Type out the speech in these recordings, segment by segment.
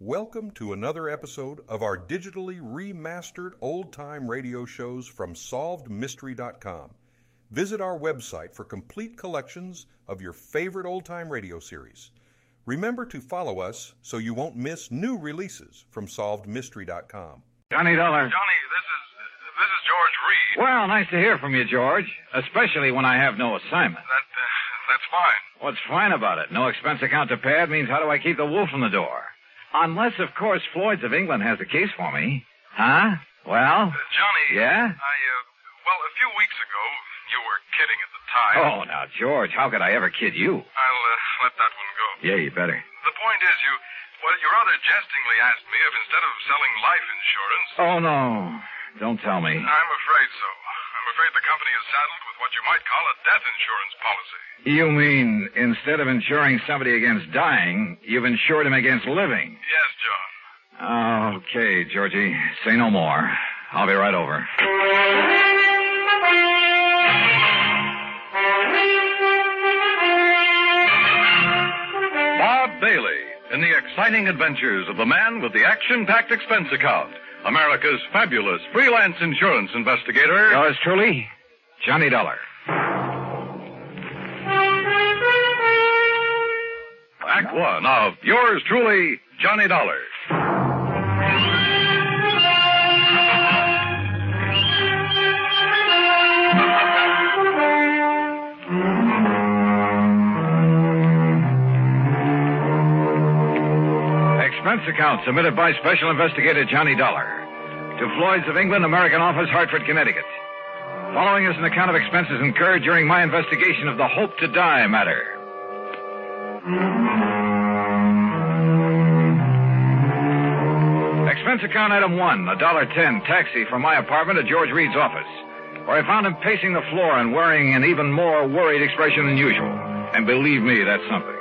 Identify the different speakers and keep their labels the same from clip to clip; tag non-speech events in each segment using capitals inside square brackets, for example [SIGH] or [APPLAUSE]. Speaker 1: Welcome to another episode of our digitally remastered old time radio shows from SolvedMystery.com. Visit our website for complete collections of your favorite old time radio series. Remember to follow us so you won't miss new releases from SolvedMystery.com.
Speaker 2: Johnny Dollar.
Speaker 3: Johnny, this is this is George Reed.
Speaker 2: Well, nice to hear from you, George. Especially when I have no assignment.
Speaker 3: That uh, that's fine.
Speaker 2: What's fine about it? No expense account to pad means how do I keep the wolf in the door? Unless, of course, Floyd's of England has a case for me. Huh? Well?
Speaker 3: Uh, Johnny.
Speaker 2: Yeah?
Speaker 3: I uh, well, a few weeks ago you were kidding at the time.
Speaker 2: Oh, now, George, how could I ever kid you?
Speaker 3: I'll uh, let that one go.
Speaker 2: Yeah, you better.
Speaker 3: The point is, you well, you rather jestingly asked me if instead of selling life insurance,
Speaker 2: Oh, no. Don't tell me.
Speaker 3: I'm afraid so. I'm afraid the company is saddled with what you might call a death insurance policy.
Speaker 2: You mean instead of insuring somebody against dying, you've insured him against living?
Speaker 3: Yes, John.
Speaker 2: Okay, Georgie. Say no more. I'll be right over.
Speaker 4: Bob Bailey in the exciting adventures of the man with the action packed expense account, America's fabulous freelance insurance investigator.
Speaker 2: Yours truly, Johnny Dollar.
Speaker 4: Act one of Yours Truly, Johnny Dollar.
Speaker 2: Expense account submitted by Special Investigator Johnny Dollar to Floyd's of England, American Office, Hartford, Connecticut. Following is an account of expenses incurred during my investigation of the Hope to Die matter. Expense account item one, a dollar ten taxi from my apartment to George Reed's office, where I found him pacing the floor and wearing an even more worried expression than usual. And believe me, that's something.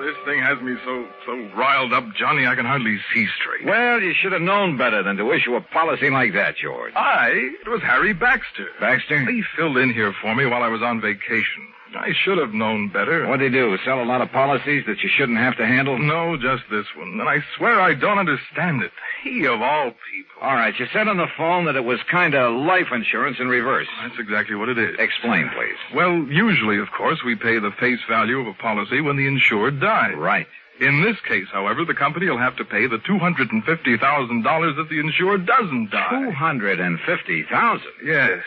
Speaker 4: this thing has me so so riled up, Johnny, I can hardly see straight.
Speaker 2: Well, you should have known better than to issue a policy like that, George.
Speaker 4: I it was Harry Baxter.
Speaker 2: Baxter?
Speaker 4: He filled in here for me while I was on vacation. I should have known better.
Speaker 2: What'd he do? Sell a lot of policies that you shouldn't have to handle?
Speaker 4: No, just this one. And I swear I don't understand it. He of all people.
Speaker 2: All right, you said on the phone that it was kind of life insurance in reverse.
Speaker 4: That's exactly what it is.
Speaker 2: Explain, please.
Speaker 4: Well, usually, of course, we pay the face value of a policy when the insured dies.
Speaker 2: Right.
Speaker 4: In this case, however, the company will have to pay the $250,000 if the insured doesn't
Speaker 2: Two
Speaker 4: die.
Speaker 2: hundred and fifty thousand.
Speaker 4: Yes.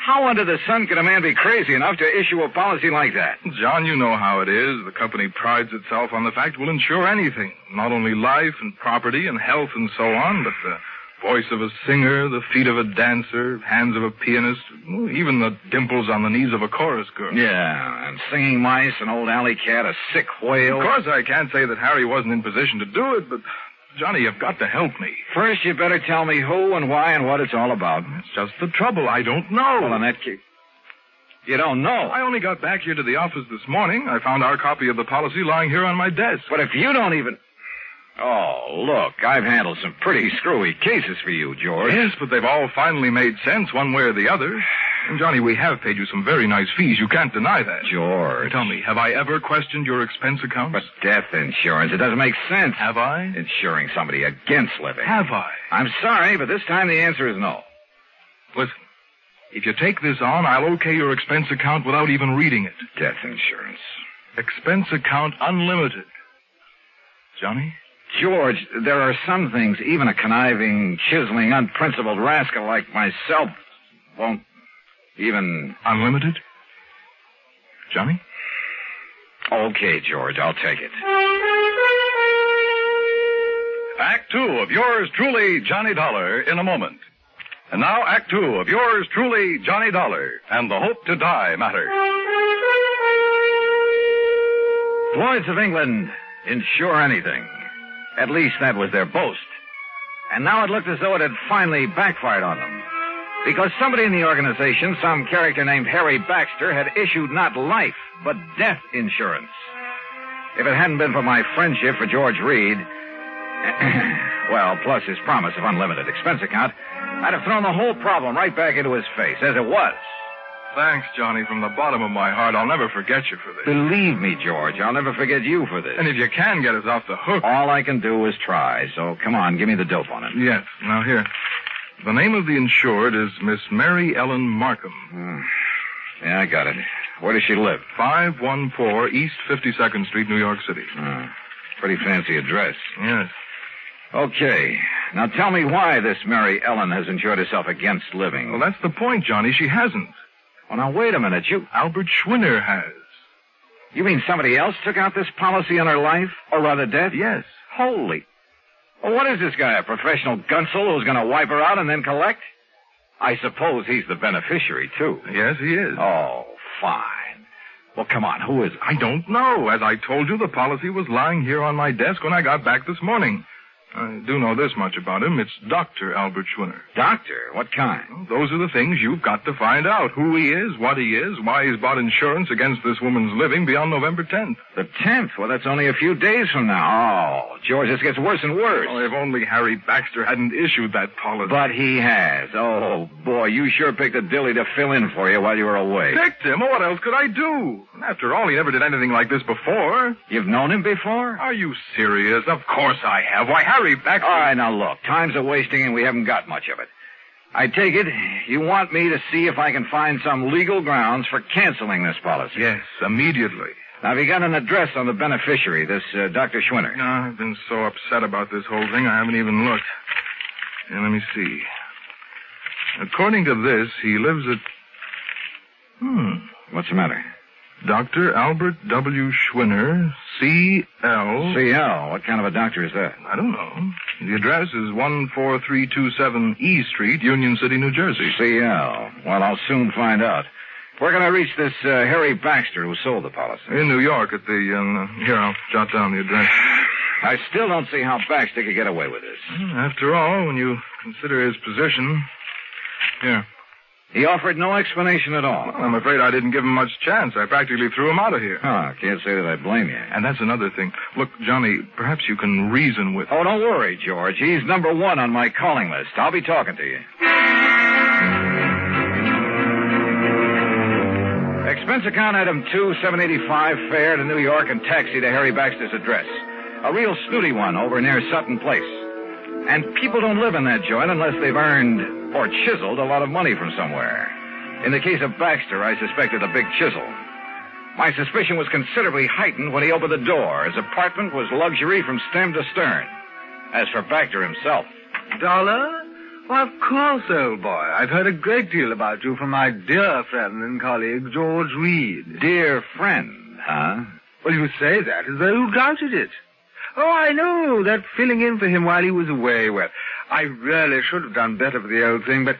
Speaker 2: How under the sun could a man be crazy enough to issue a policy like that?
Speaker 4: John, you know how it is. The company prides itself on the fact we'll insure anything. Not only life and property and health and so on, but the voice of a singer, the feet of a dancer, hands of a pianist, even the dimples on the knees of a chorus girl.
Speaker 2: Yeah, and singing mice, an old alley cat, a sick whale.
Speaker 4: Of course, I can't say that Harry wasn't in position to do it, but Johnny, you've got to help me.
Speaker 2: First, you better tell me who and why and what it's all about.
Speaker 4: It's just the trouble. I don't know.
Speaker 2: Well, in that case, you don't know.
Speaker 4: I only got back here to the office this morning. I found our copy of the policy lying here on my desk.
Speaker 2: But if you don't even. Oh, look, I've handled some pretty screwy cases for you, George.
Speaker 4: Yes, but they've all finally made sense one way or the other. And Johnny, we have paid you some very nice fees. You can't deny that.
Speaker 2: George.
Speaker 4: Tell me, have I ever questioned your expense accounts?
Speaker 2: But death insurance, it doesn't make sense.
Speaker 4: Have I?
Speaker 2: Insuring somebody against living.
Speaker 4: Have I?
Speaker 2: I'm sorry, but this time the answer is no.
Speaker 4: Listen, if you take this on, I'll okay your expense account without even reading it.
Speaker 2: Death insurance.
Speaker 4: Expense account unlimited. Johnny?
Speaker 2: George, there are some things even a conniving, chiseling, unprincipled rascal like myself won't even.
Speaker 4: Unlimited? Johnny?
Speaker 2: Okay, George, I'll take it.
Speaker 4: Act two of yours truly, Johnny Dollar, in a moment. And now Act two of yours truly, Johnny Dollar, and the Hope to Die matter.
Speaker 2: Lloyds of England insure anything. At least that was their boast. And now it looked as though it had finally backfired on them. Because somebody in the organization, some character named Harry Baxter, had issued not life, but death insurance. If it hadn't been for my friendship for George Reed, [CLEARS THROAT] well, plus his promise of unlimited expense account, I'd have thrown the whole problem right back into his face, as it was.
Speaker 4: Thanks, Johnny, from the bottom of my heart. I'll never forget you for this.
Speaker 2: Believe me, George, I'll never forget you for this.
Speaker 4: And if you can get us off the hook.
Speaker 2: All I can do is try, so come on, give me the dope on it.
Speaker 4: Yes. Now here. The name of the insured is Miss Mary Ellen Markham,
Speaker 2: Hmm. Yeah, I got it. Where does she live?
Speaker 4: 514 East 52nd Street, New York City.
Speaker 2: Hmm. Pretty fancy address.
Speaker 4: Yes.
Speaker 2: Okay. Now tell me why this Mary Ellen has insured herself against living.
Speaker 4: Well, that's the point, Johnny. She hasn't.
Speaker 2: Well, now wait a minute. You
Speaker 4: Albert Schwinner has.
Speaker 2: you mean somebody else took out this policy on her life, or rather death?
Speaker 4: Yes.
Speaker 2: Holy. Well, what is this guy? A professional gunsel who's going to wipe her out and then collect? I suppose he's the beneficiary too.
Speaker 4: Yes, he is.
Speaker 2: Oh, fine. Well, come on. Who is?
Speaker 4: I don't know. As I told you, the policy was lying here on my desk when I got back this morning. I do know this much about him. It's Dr. Albert Schwinner.
Speaker 2: Doctor. What kind?
Speaker 4: Well, Those are the things you've got to find out. Who he is, what he is, why he's bought insurance against this woman's living beyond November 10th.
Speaker 2: The tenth. Well, that's only a few days from now. Oh, George, this gets worse and worse.
Speaker 4: Oh, if only Harry Baxter hadn't issued that policy.
Speaker 2: But he has. Oh boy, you sure picked a dilly to fill in for you while you were away.
Speaker 4: Picked him. What else could I do? After all, he never did anything like this before.
Speaker 2: You've known him before?
Speaker 4: Are you serious? Of course I have. Why, Harry Baxter...
Speaker 2: All right, now look, time's a wasting and we haven't got much of it. I take it you want me to see if I can find some legal grounds for canceling this policy.
Speaker 4: Yes, immediately.
Speaker 2: Now, have you got an address on the beneficiary, this uh, Dr. Schwinner?
Speaker 4: No, I've been so upset about this whole thing, I haven't even looked. And let me see. According to this, he lives at. Hmm.
Speaker 2: What's the matter?
Speaker 4: Dr. Albert W. Schwinner, C.L.
Speaker 2: CL. oh, What kind of a doctor is that?
Speaker 4: I don't know. The address is 14327 E Street, Union City, New Jersey.
Speaker 2: CL. Well, I'll soon find out. Where can I reach this uh, Harry Baxter who sold the policy?
Speaker 4: In New York at the, um, uh, here, I'll jot down the address.
Speaker 2: I still don't see how Baxter could get away with this.
Speaker 4: Hmm, After all, when you consider his position. Here.
Speaker 2: He offered no explanation at all.
Speaker 4: Well, I'm afraid I didn't give him much chance. I practically threw him out of here.
Speaker 2: Huh, can't say that I blame you.
Speaker 4: And that's another thing. Look, Johnny, perhaps you can reason with.
Speaker 2: Oh, don't worry, George. He's number one on my calling list. I'll be talking to you. Expense account item two, seven eighty-five, fare to New York and taxi to Harry Baxter's address. A real snooty one over near Sutton Place. And people don't live in that joint unless they've earned or chiseled a lot of money from somewhere. In the case of Baxter, I suspected a big chisel. My suspicion was considerably heightened when he opened the door. His apartment was luxury from stem to stern. As for Baxter himself,
Speaker 5: Dollar? Why, of course, old boy. I've heard a great deal about you from my dear friend and colleague, George Reed.
Speaker 2: dear friend, huh?
Speaker 5: Well, you say that as though you doubted it. Oh, I know, that filling in for him while he was away. Well, I really should have done better for the old thing, but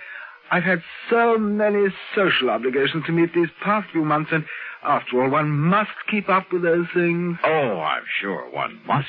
Speaker 5: I've had so many social obligations to meet these past few months, and after all, one must keep up with those things.
Speaker 2: Oh, I'm sure one must.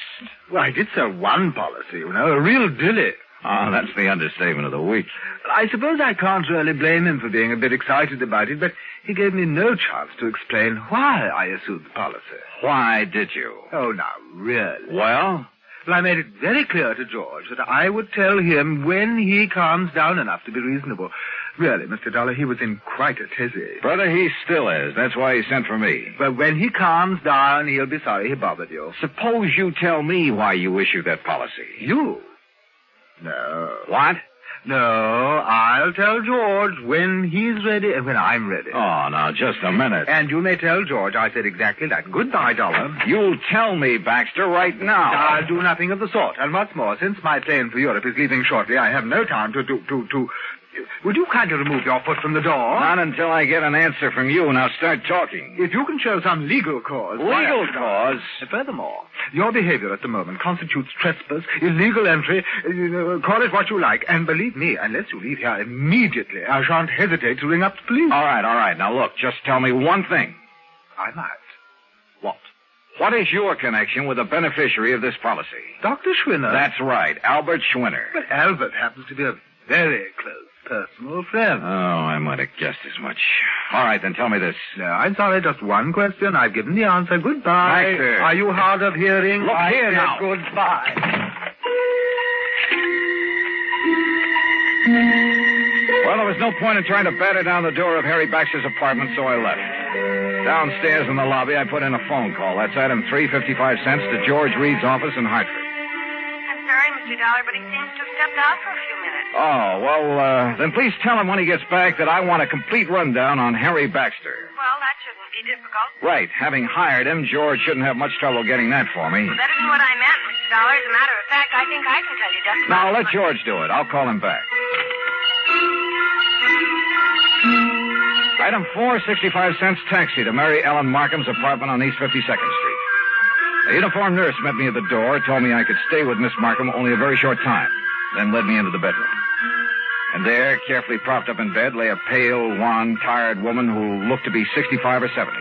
Speaker 5: Well, I did sell one policy, you know, a real dilly.
Speaker 2: Ah, that's the understatement of the week.
Speaker 5: I suppose I can't really blame him for being a bit excited about it, but he gave me no chance to explain why I issued the policy.
Speaker 2: Why did you?
Speaker 5: Oh, now, really?
Speaker 2: Well,
Speaker 5: Well, I made it very clear to George that I would tell him when he calms down enough to be reasonable. Really, Mr. Dollar, he was in quite a tizzy.
Speaker 2: brother, he still is. That's why he sent for me.
Speaker 5: But when he calms down, he'll be sorry he bothered you.
Speaker 2: Suppose you tell me why you issued that policy.
Speaker 5: You? No.
Speaker 2: What?
Speaker 5: No, I'll tell George when he's ready and when I'm ready.
Speaker 2: Oh, now, just a minute.
Speaker 5: And you may tell George I said exactly that. Goodbye, Dollar.
Speaker 2: You'll tell me, Baxter, right now.
Speaker 5: I'll do nothing of the sort. And what's more, since my plane for Europe is leaving shortly, I have no time to do to to. Would you kindly remove your foot from the door?
Speaker 2: Not until I get an answer from you. Now start talking.
Speaker 5: if you can show some legal cause. why- uh,
Speaker 2: Legal cause?
Speaker 5: Furthermore, your behavior at the moment constitutes trespass, illegal entry, you know, call it what you like. And believe me, unless you leave here immediately, I shan't hesitate to ring up the police.
Speaker 2: All right, all right. Now look, just tell me one thing.
Speaker 5: I might.
Speaker 2: What? What is your connection with the beneficiary of this policy?
Speaker 5: Dr. Schwinner.
Speaker 2: That's right, Albert Schwinner.
Speaker 5: But Albert happens to be a very close personal friend.
Speaker 2: Oh, I might have guessed as much. All right, then tell me this.
Speaker 5: No, Uh, I'm sorry, just one question. I've given the answer. Goodbye.
Speaker 2: Baxter.
Speaker 5: Are you hard of hearing?
Speaker 2: Look
Speaker 5: I
Speaker 2: here
Speaker 5: said
Speaker 2: now.
Speaker 5: Goodbye.
Speaker 2: Well, Well, there was no point in trying to batter down the door of Harry Baxter's apartment, so I left. Downstairs in the lobby, I put in a phone call. That's item three fifty-five cents to George Reed's office in Hartford.
Speaker 6: I'm sorry, Mr. Dollar, but he seems to have stepped out for a few minutes.
Speaker 2: Oh, well, uh, then please tell him when he gets back that I want a complete rundown on Harry Baxter.
Speaker 6: Well, that shouldn't be difficult.
Speaker 2: Right. Having hired him, George shouldn't have much trouble getting that for me.
Speaker 6: That isn't what I meant, Mr. Dollar. As a matter of fact, I think I can tell you just
Speaker 2: Now,
Speaker 6: about
Speaker 2: let
Speaker 6: what-
Speaker 2: George do it. I'll call him back. Item four, sixty-five cents taxi to Mary Ellen Markham's apartment on East 52nd Street. A uniformed nurse met me at the door, told me I could stay with Miss Markham only a very short time, then led me into the bedroom. And there, carefully propped up in bed, lay a pale, wan, tired woman who looked to be 65 or 70.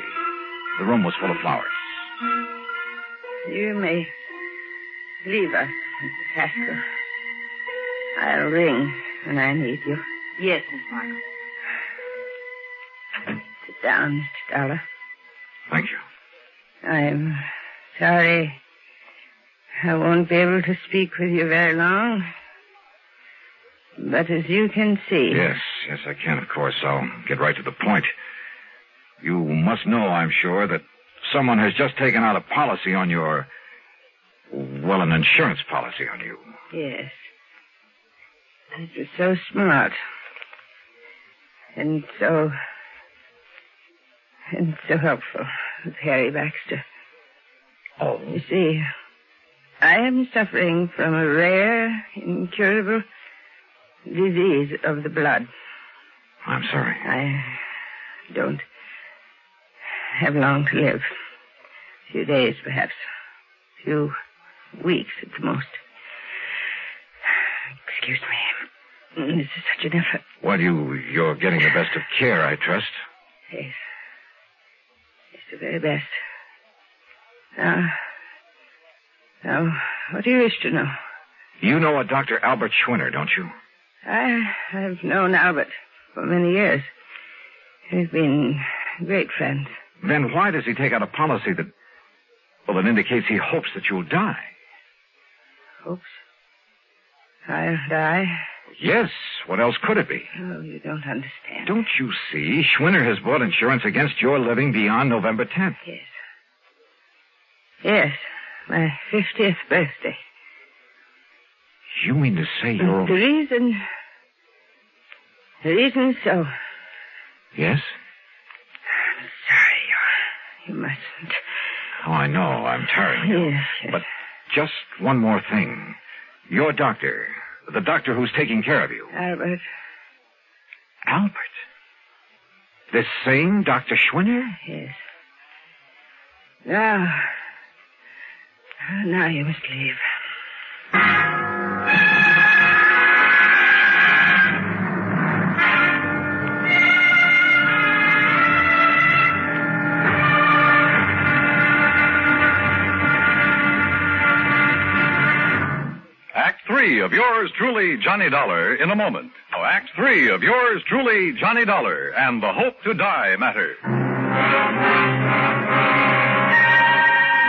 Speaker 2: The room was full of flowers.
Speaker 7: You may leave us, Mrs. Haskell. I'll ring when I need you.
Speaker 6: Yes, Miss Markham.
Speaker 7: Sit down, Mr. Dollar.
Speaker 2: Thank you.
Speaker 7: I'm sorry I won't be able to speak with you very long. But as you can see,
Speaker 2: Yes, yes, I can, of course. I'll get right to the point. You must know, I'm sure, that someone has just taken out a policy on your. Well, an insurance policy on you.
Speaker 7: yes. It was so smart. And so. And so helpful with Harry Baxter.
Speaker 2: Oh?
Speaker 7: You see, I am suffering from a rare, incurable disease of the blood.
Speaker 2: I'm sorry.
Speaker 7: I don't have long to live. A few days, perhaps. A few weeks at the most. Excuse me. This is such an effort.
Speaker 2: Well, you, you're getting the best of care, I trust.
Speaker 7: Yes. It's the very best. Now, now, what do you wish to know?
Speaker 2: You know a Dr. Albert Schwinner, don't you?
Speaker 7: I, I've known Albert for many years. We've been great friends.
Speaker 2: Then why does he take out a policy that, well, that indicates he hopes that you'll die?
Speaker 7: Hopes. I'll die.
Speaker 2: Yes, what else could it be?
Speaker 7: Oh, you don't understand.
Speaker 2: Don't you see? Schwinner has bought insurance against your living beyond November 10th.
Speaker 7: Yes. Yes, my 50th birthday.
Speaker 2: You mean to say you're.
Speaker 7: The reason. The reason so.
Speaker 2: Yes?
Speaker 7: Sorry, you, you mustn't.
Speaker 2: Oh, I know. I'm tiring you.
Speaker 7: Yes, yes.
Speaker 2: But just one more thing. Your doctor, the doctor who's taking care of you,
Speaker 7: Albert,
Speaker 2: Albert. This same Dr. Schwinner?
Speaker 7: yes. Now. Now you must leave.
Speaker 4: Act three of yours truly, Johnny Dollar, in a moment. Now, Act three of yours truly, Johnny Dollar, and the Hope to Die matter.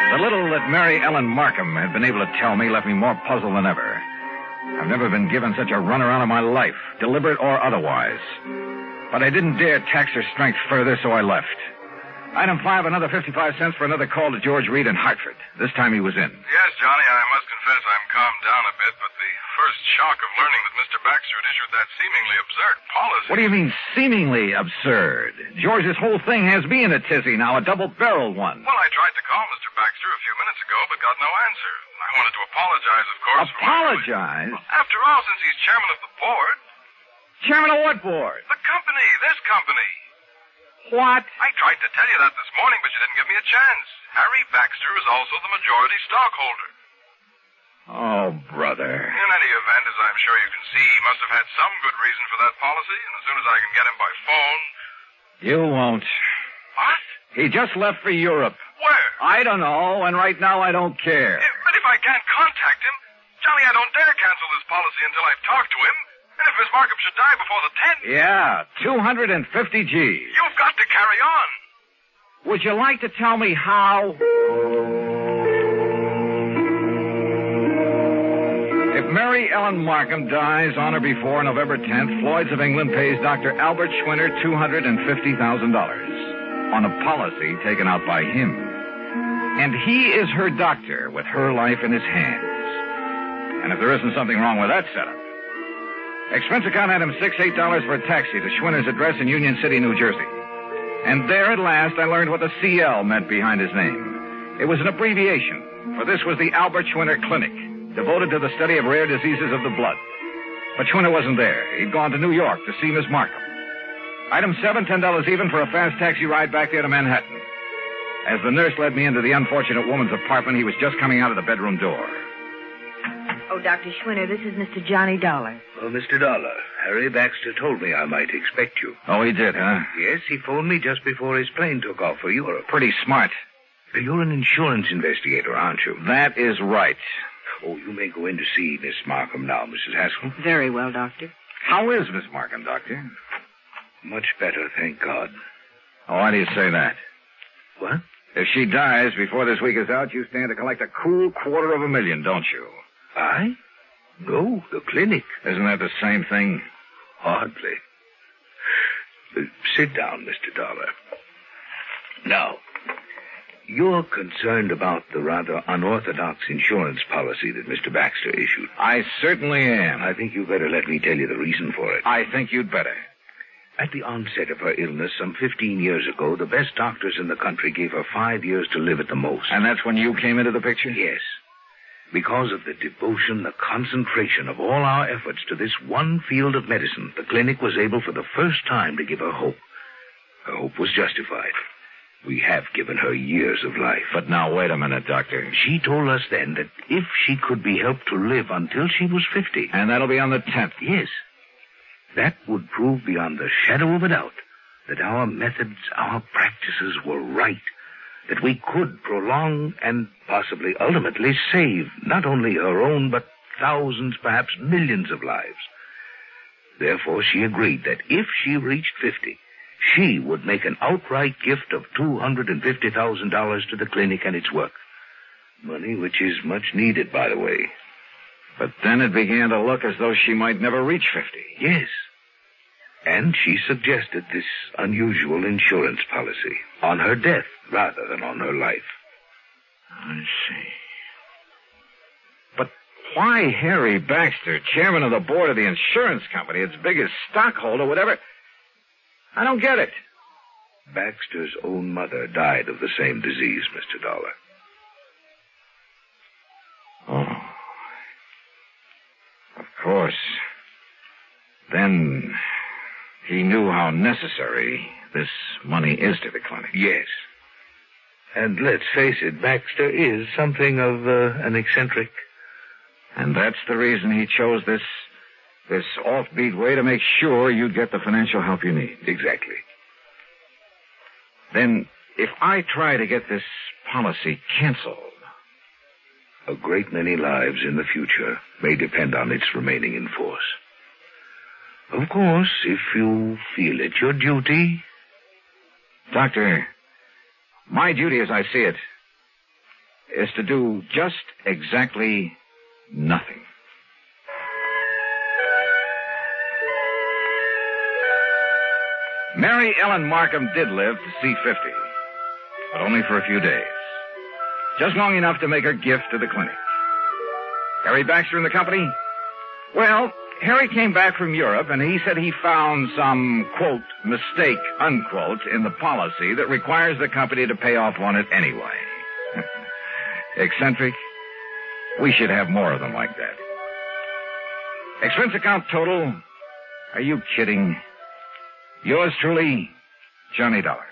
Speaker 2: The little that Mary Ellen Markham had been able to tell me left me more puzzled than ever. I've never been given such a runaround in my life, deliberate or otherwise. But I didn't dare tax her strength further, so I left. Item five, another 55 cents for another call to George Reed in Hartford. This time he was in.
Speaker 4: Yes, Johnny, I must confess I'm calmed down a bit, but the first shock of learning that Mr. Baxter had issued that seemingly absurd policy.
Speaker 2: What do you mean, seemingly absurd? George's whole thing has me in a tizzy now, a double barreled one.
Speaker 4: Well, I tried to call Mr. Baxter a few minutes ago, but got no answer. I wanted to apologize, of course. for my-
Speaker 2: Apologize?
Speaker 4: After all, since he's chairman of the board,
Speaker 2: Chairman of what board?
Speaker 4: the company, this company.
Speaker 2: What?
Speaker 4: I tried to tell you that this morning, but you didn't give me a chance. Harry Baxter is also the majority stockholder.
Speaker 2: Oh, brother.
Speaker 4: In any event, as I'm sure you can see, he must have had some good reason for that policy, and as soon as I can get him by phone.
Speaker 2: You won't.
Speaker 4: What?
Speaker 2: He just left for Europe.
Speaker 4: Where?
Speaker 2: I don't know, and right now I don't care.
Speaker 4: If- but if I can't contact him, Johnny, I don't dare cancel this policy until I've talked to him. And if Miss Markham should die before the 10th,
Speaker 2: Yeah, 250 G.
Speaker 4: you've got to carry on.
Speaker 2: Would you like to tell me how? If Mary Ellen Markham dies on or before November 10th, Floyd's of England pays Dr. Albert Schwinner $250,000 on a policy taken out by him. And he is her doctor with her life in his hands. And if there isn't something wrong with that setup, expense account item six eight dollars for a taxi to Schwinner's address in Union City, New Jersey. And there at last I learned what the CL meant behind his name. It was an abbreviation, for this was the Albert Schwinner Clinic devoted to the study of rare diseases of the blood. But Schwinner wasn't there. He'd gone to New York to see Miss Markham. Item seven, ten dollars even for a fast taxi ride back there to Manhattan. As the nurse led me into the unfortunate woman's apartment, he was just coming out of the bedroom door.
Speaker 8: Oh, Dr. Schwinner, this is Mr. Johnny Dollar.
Speaker 9: Oh, Mr. Dollar, Harry Baxter told me I might expect you.
Speaker 2: Oh, he did, huh?
Speaker 9: Yes, he phoned me just before his plane took off for Europe.
Speaker 2: Pretty smart.
Speaker 9: You're an insurance investigator, aren't you?
Speaker 2: That is right.
Speaker 9: Oh, you may go in to see Miss Markham now, Mrs. Haskell.
Speaker 8: Very well, Doctor.
Speaker 2: How is Miss Markham, Doctor?
Speaker 9: Much better, thank God.
Speaker 2: Oh, why do you say that?
Speaker 9: What?
Speaker 2: If she dies before this week is out, you stand to collect a cool quarter of a million, don't you?
Speaker 9: I? No, the clinic.
Speaker 2: Isn't that the same thing?
Speaker 9: Hardly. Uh, sit down, Mr. Dollar. Now, you're concerned about the rather unorthodox insurance policy that Mr. Baxter issued.
Speaker 2: I certainly am.
Speaker 9: I think you better let me tell you the reason for it.
Speaker 2: I think you'd better.
Speaker 9: At the onset of her illness some 15 years ago, the best doctors in the country gave her five years to live at the most.
Speaker 2: And that's when you came into the picture?
Speaker 9: Yes. Because of the devotion, the concentration of all our efforts to this one field of medicine, the clinic was able for the first time to give her hope. Her hope was justified. We have given her years of life.
Speaker 2: But now, wait a minute, Doctor.
Speaker 9: She told us then that if she could be helped to live until she was 50.
Speaker 2: And that'll be on the 10th.
Speaker 9: Yes. That would prove beyond the shadow of a doubt that our methods, our practices were right. That we could prolong and possibly ultimately save not only her own, but thousands, perhaps millions of lives. Therefore, she agreed that if she reached 50, she would make an outright gift of $250,000 to the clinic and its work. Money which is much needed, by the way.
Speaker 2: But then it began to look as though she might never reach 50.
Speaker 9: Yes. And she suggested this unusual insurance policy on her death rather than on her life.
Speaker 2: I see. But why Harry Baxter, chairman of the board of the insurance company, its biggest stockholder, whatever? I don't get it.
Speaker 9: Baxter's own mother died of the same disease, Mr. Dollar.
Speaker 2: Oh. Of course. Then he knew how necessary this money is to the clinic.
Speaker 9: Yes. And let's face it, Baxter is something of uh, an eccentric.
Speaker 2: And that's the reason he chose this this offbeat way to make sure you'd get the financial help you need.
Speaker 9: Exactly.
Speaker 2: Then, if I try to get this policy canceled,
Speaker 9: a great many lives in the future may depend on its remaining in force. Of course, if you feel it your duty.
Speaker 2: Doctor, my duty as I see it is to do just exactly nothing. Mary Ellen Markham did live to see 50, but only for a few days. Just long enough to make her gift to the clinic. Harry Baxter and the company? Well, Harry came back from Europe and he said he found some, quote, mistake, unquote, in the policy that requires the company to pay off on it anyway. [LAUGHS] Eccentric? We should have more of them like that. Expense account total? Are you kidding? Yours truly, Johnny Dollar.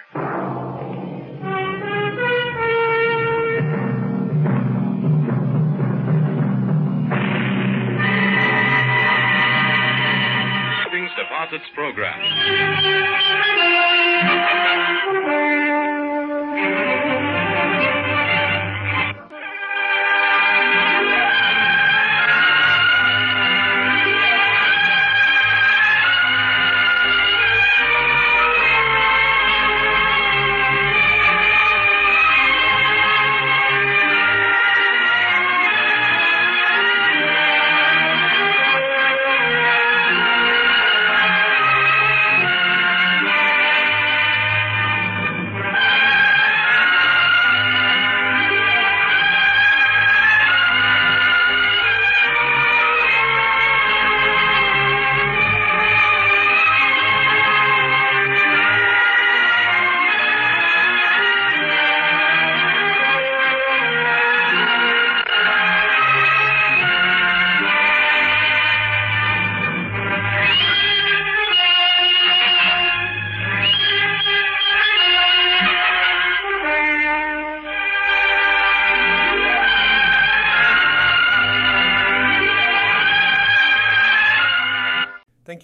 Speaker 3: Savings Deposits Program.
Speaker 1: Thank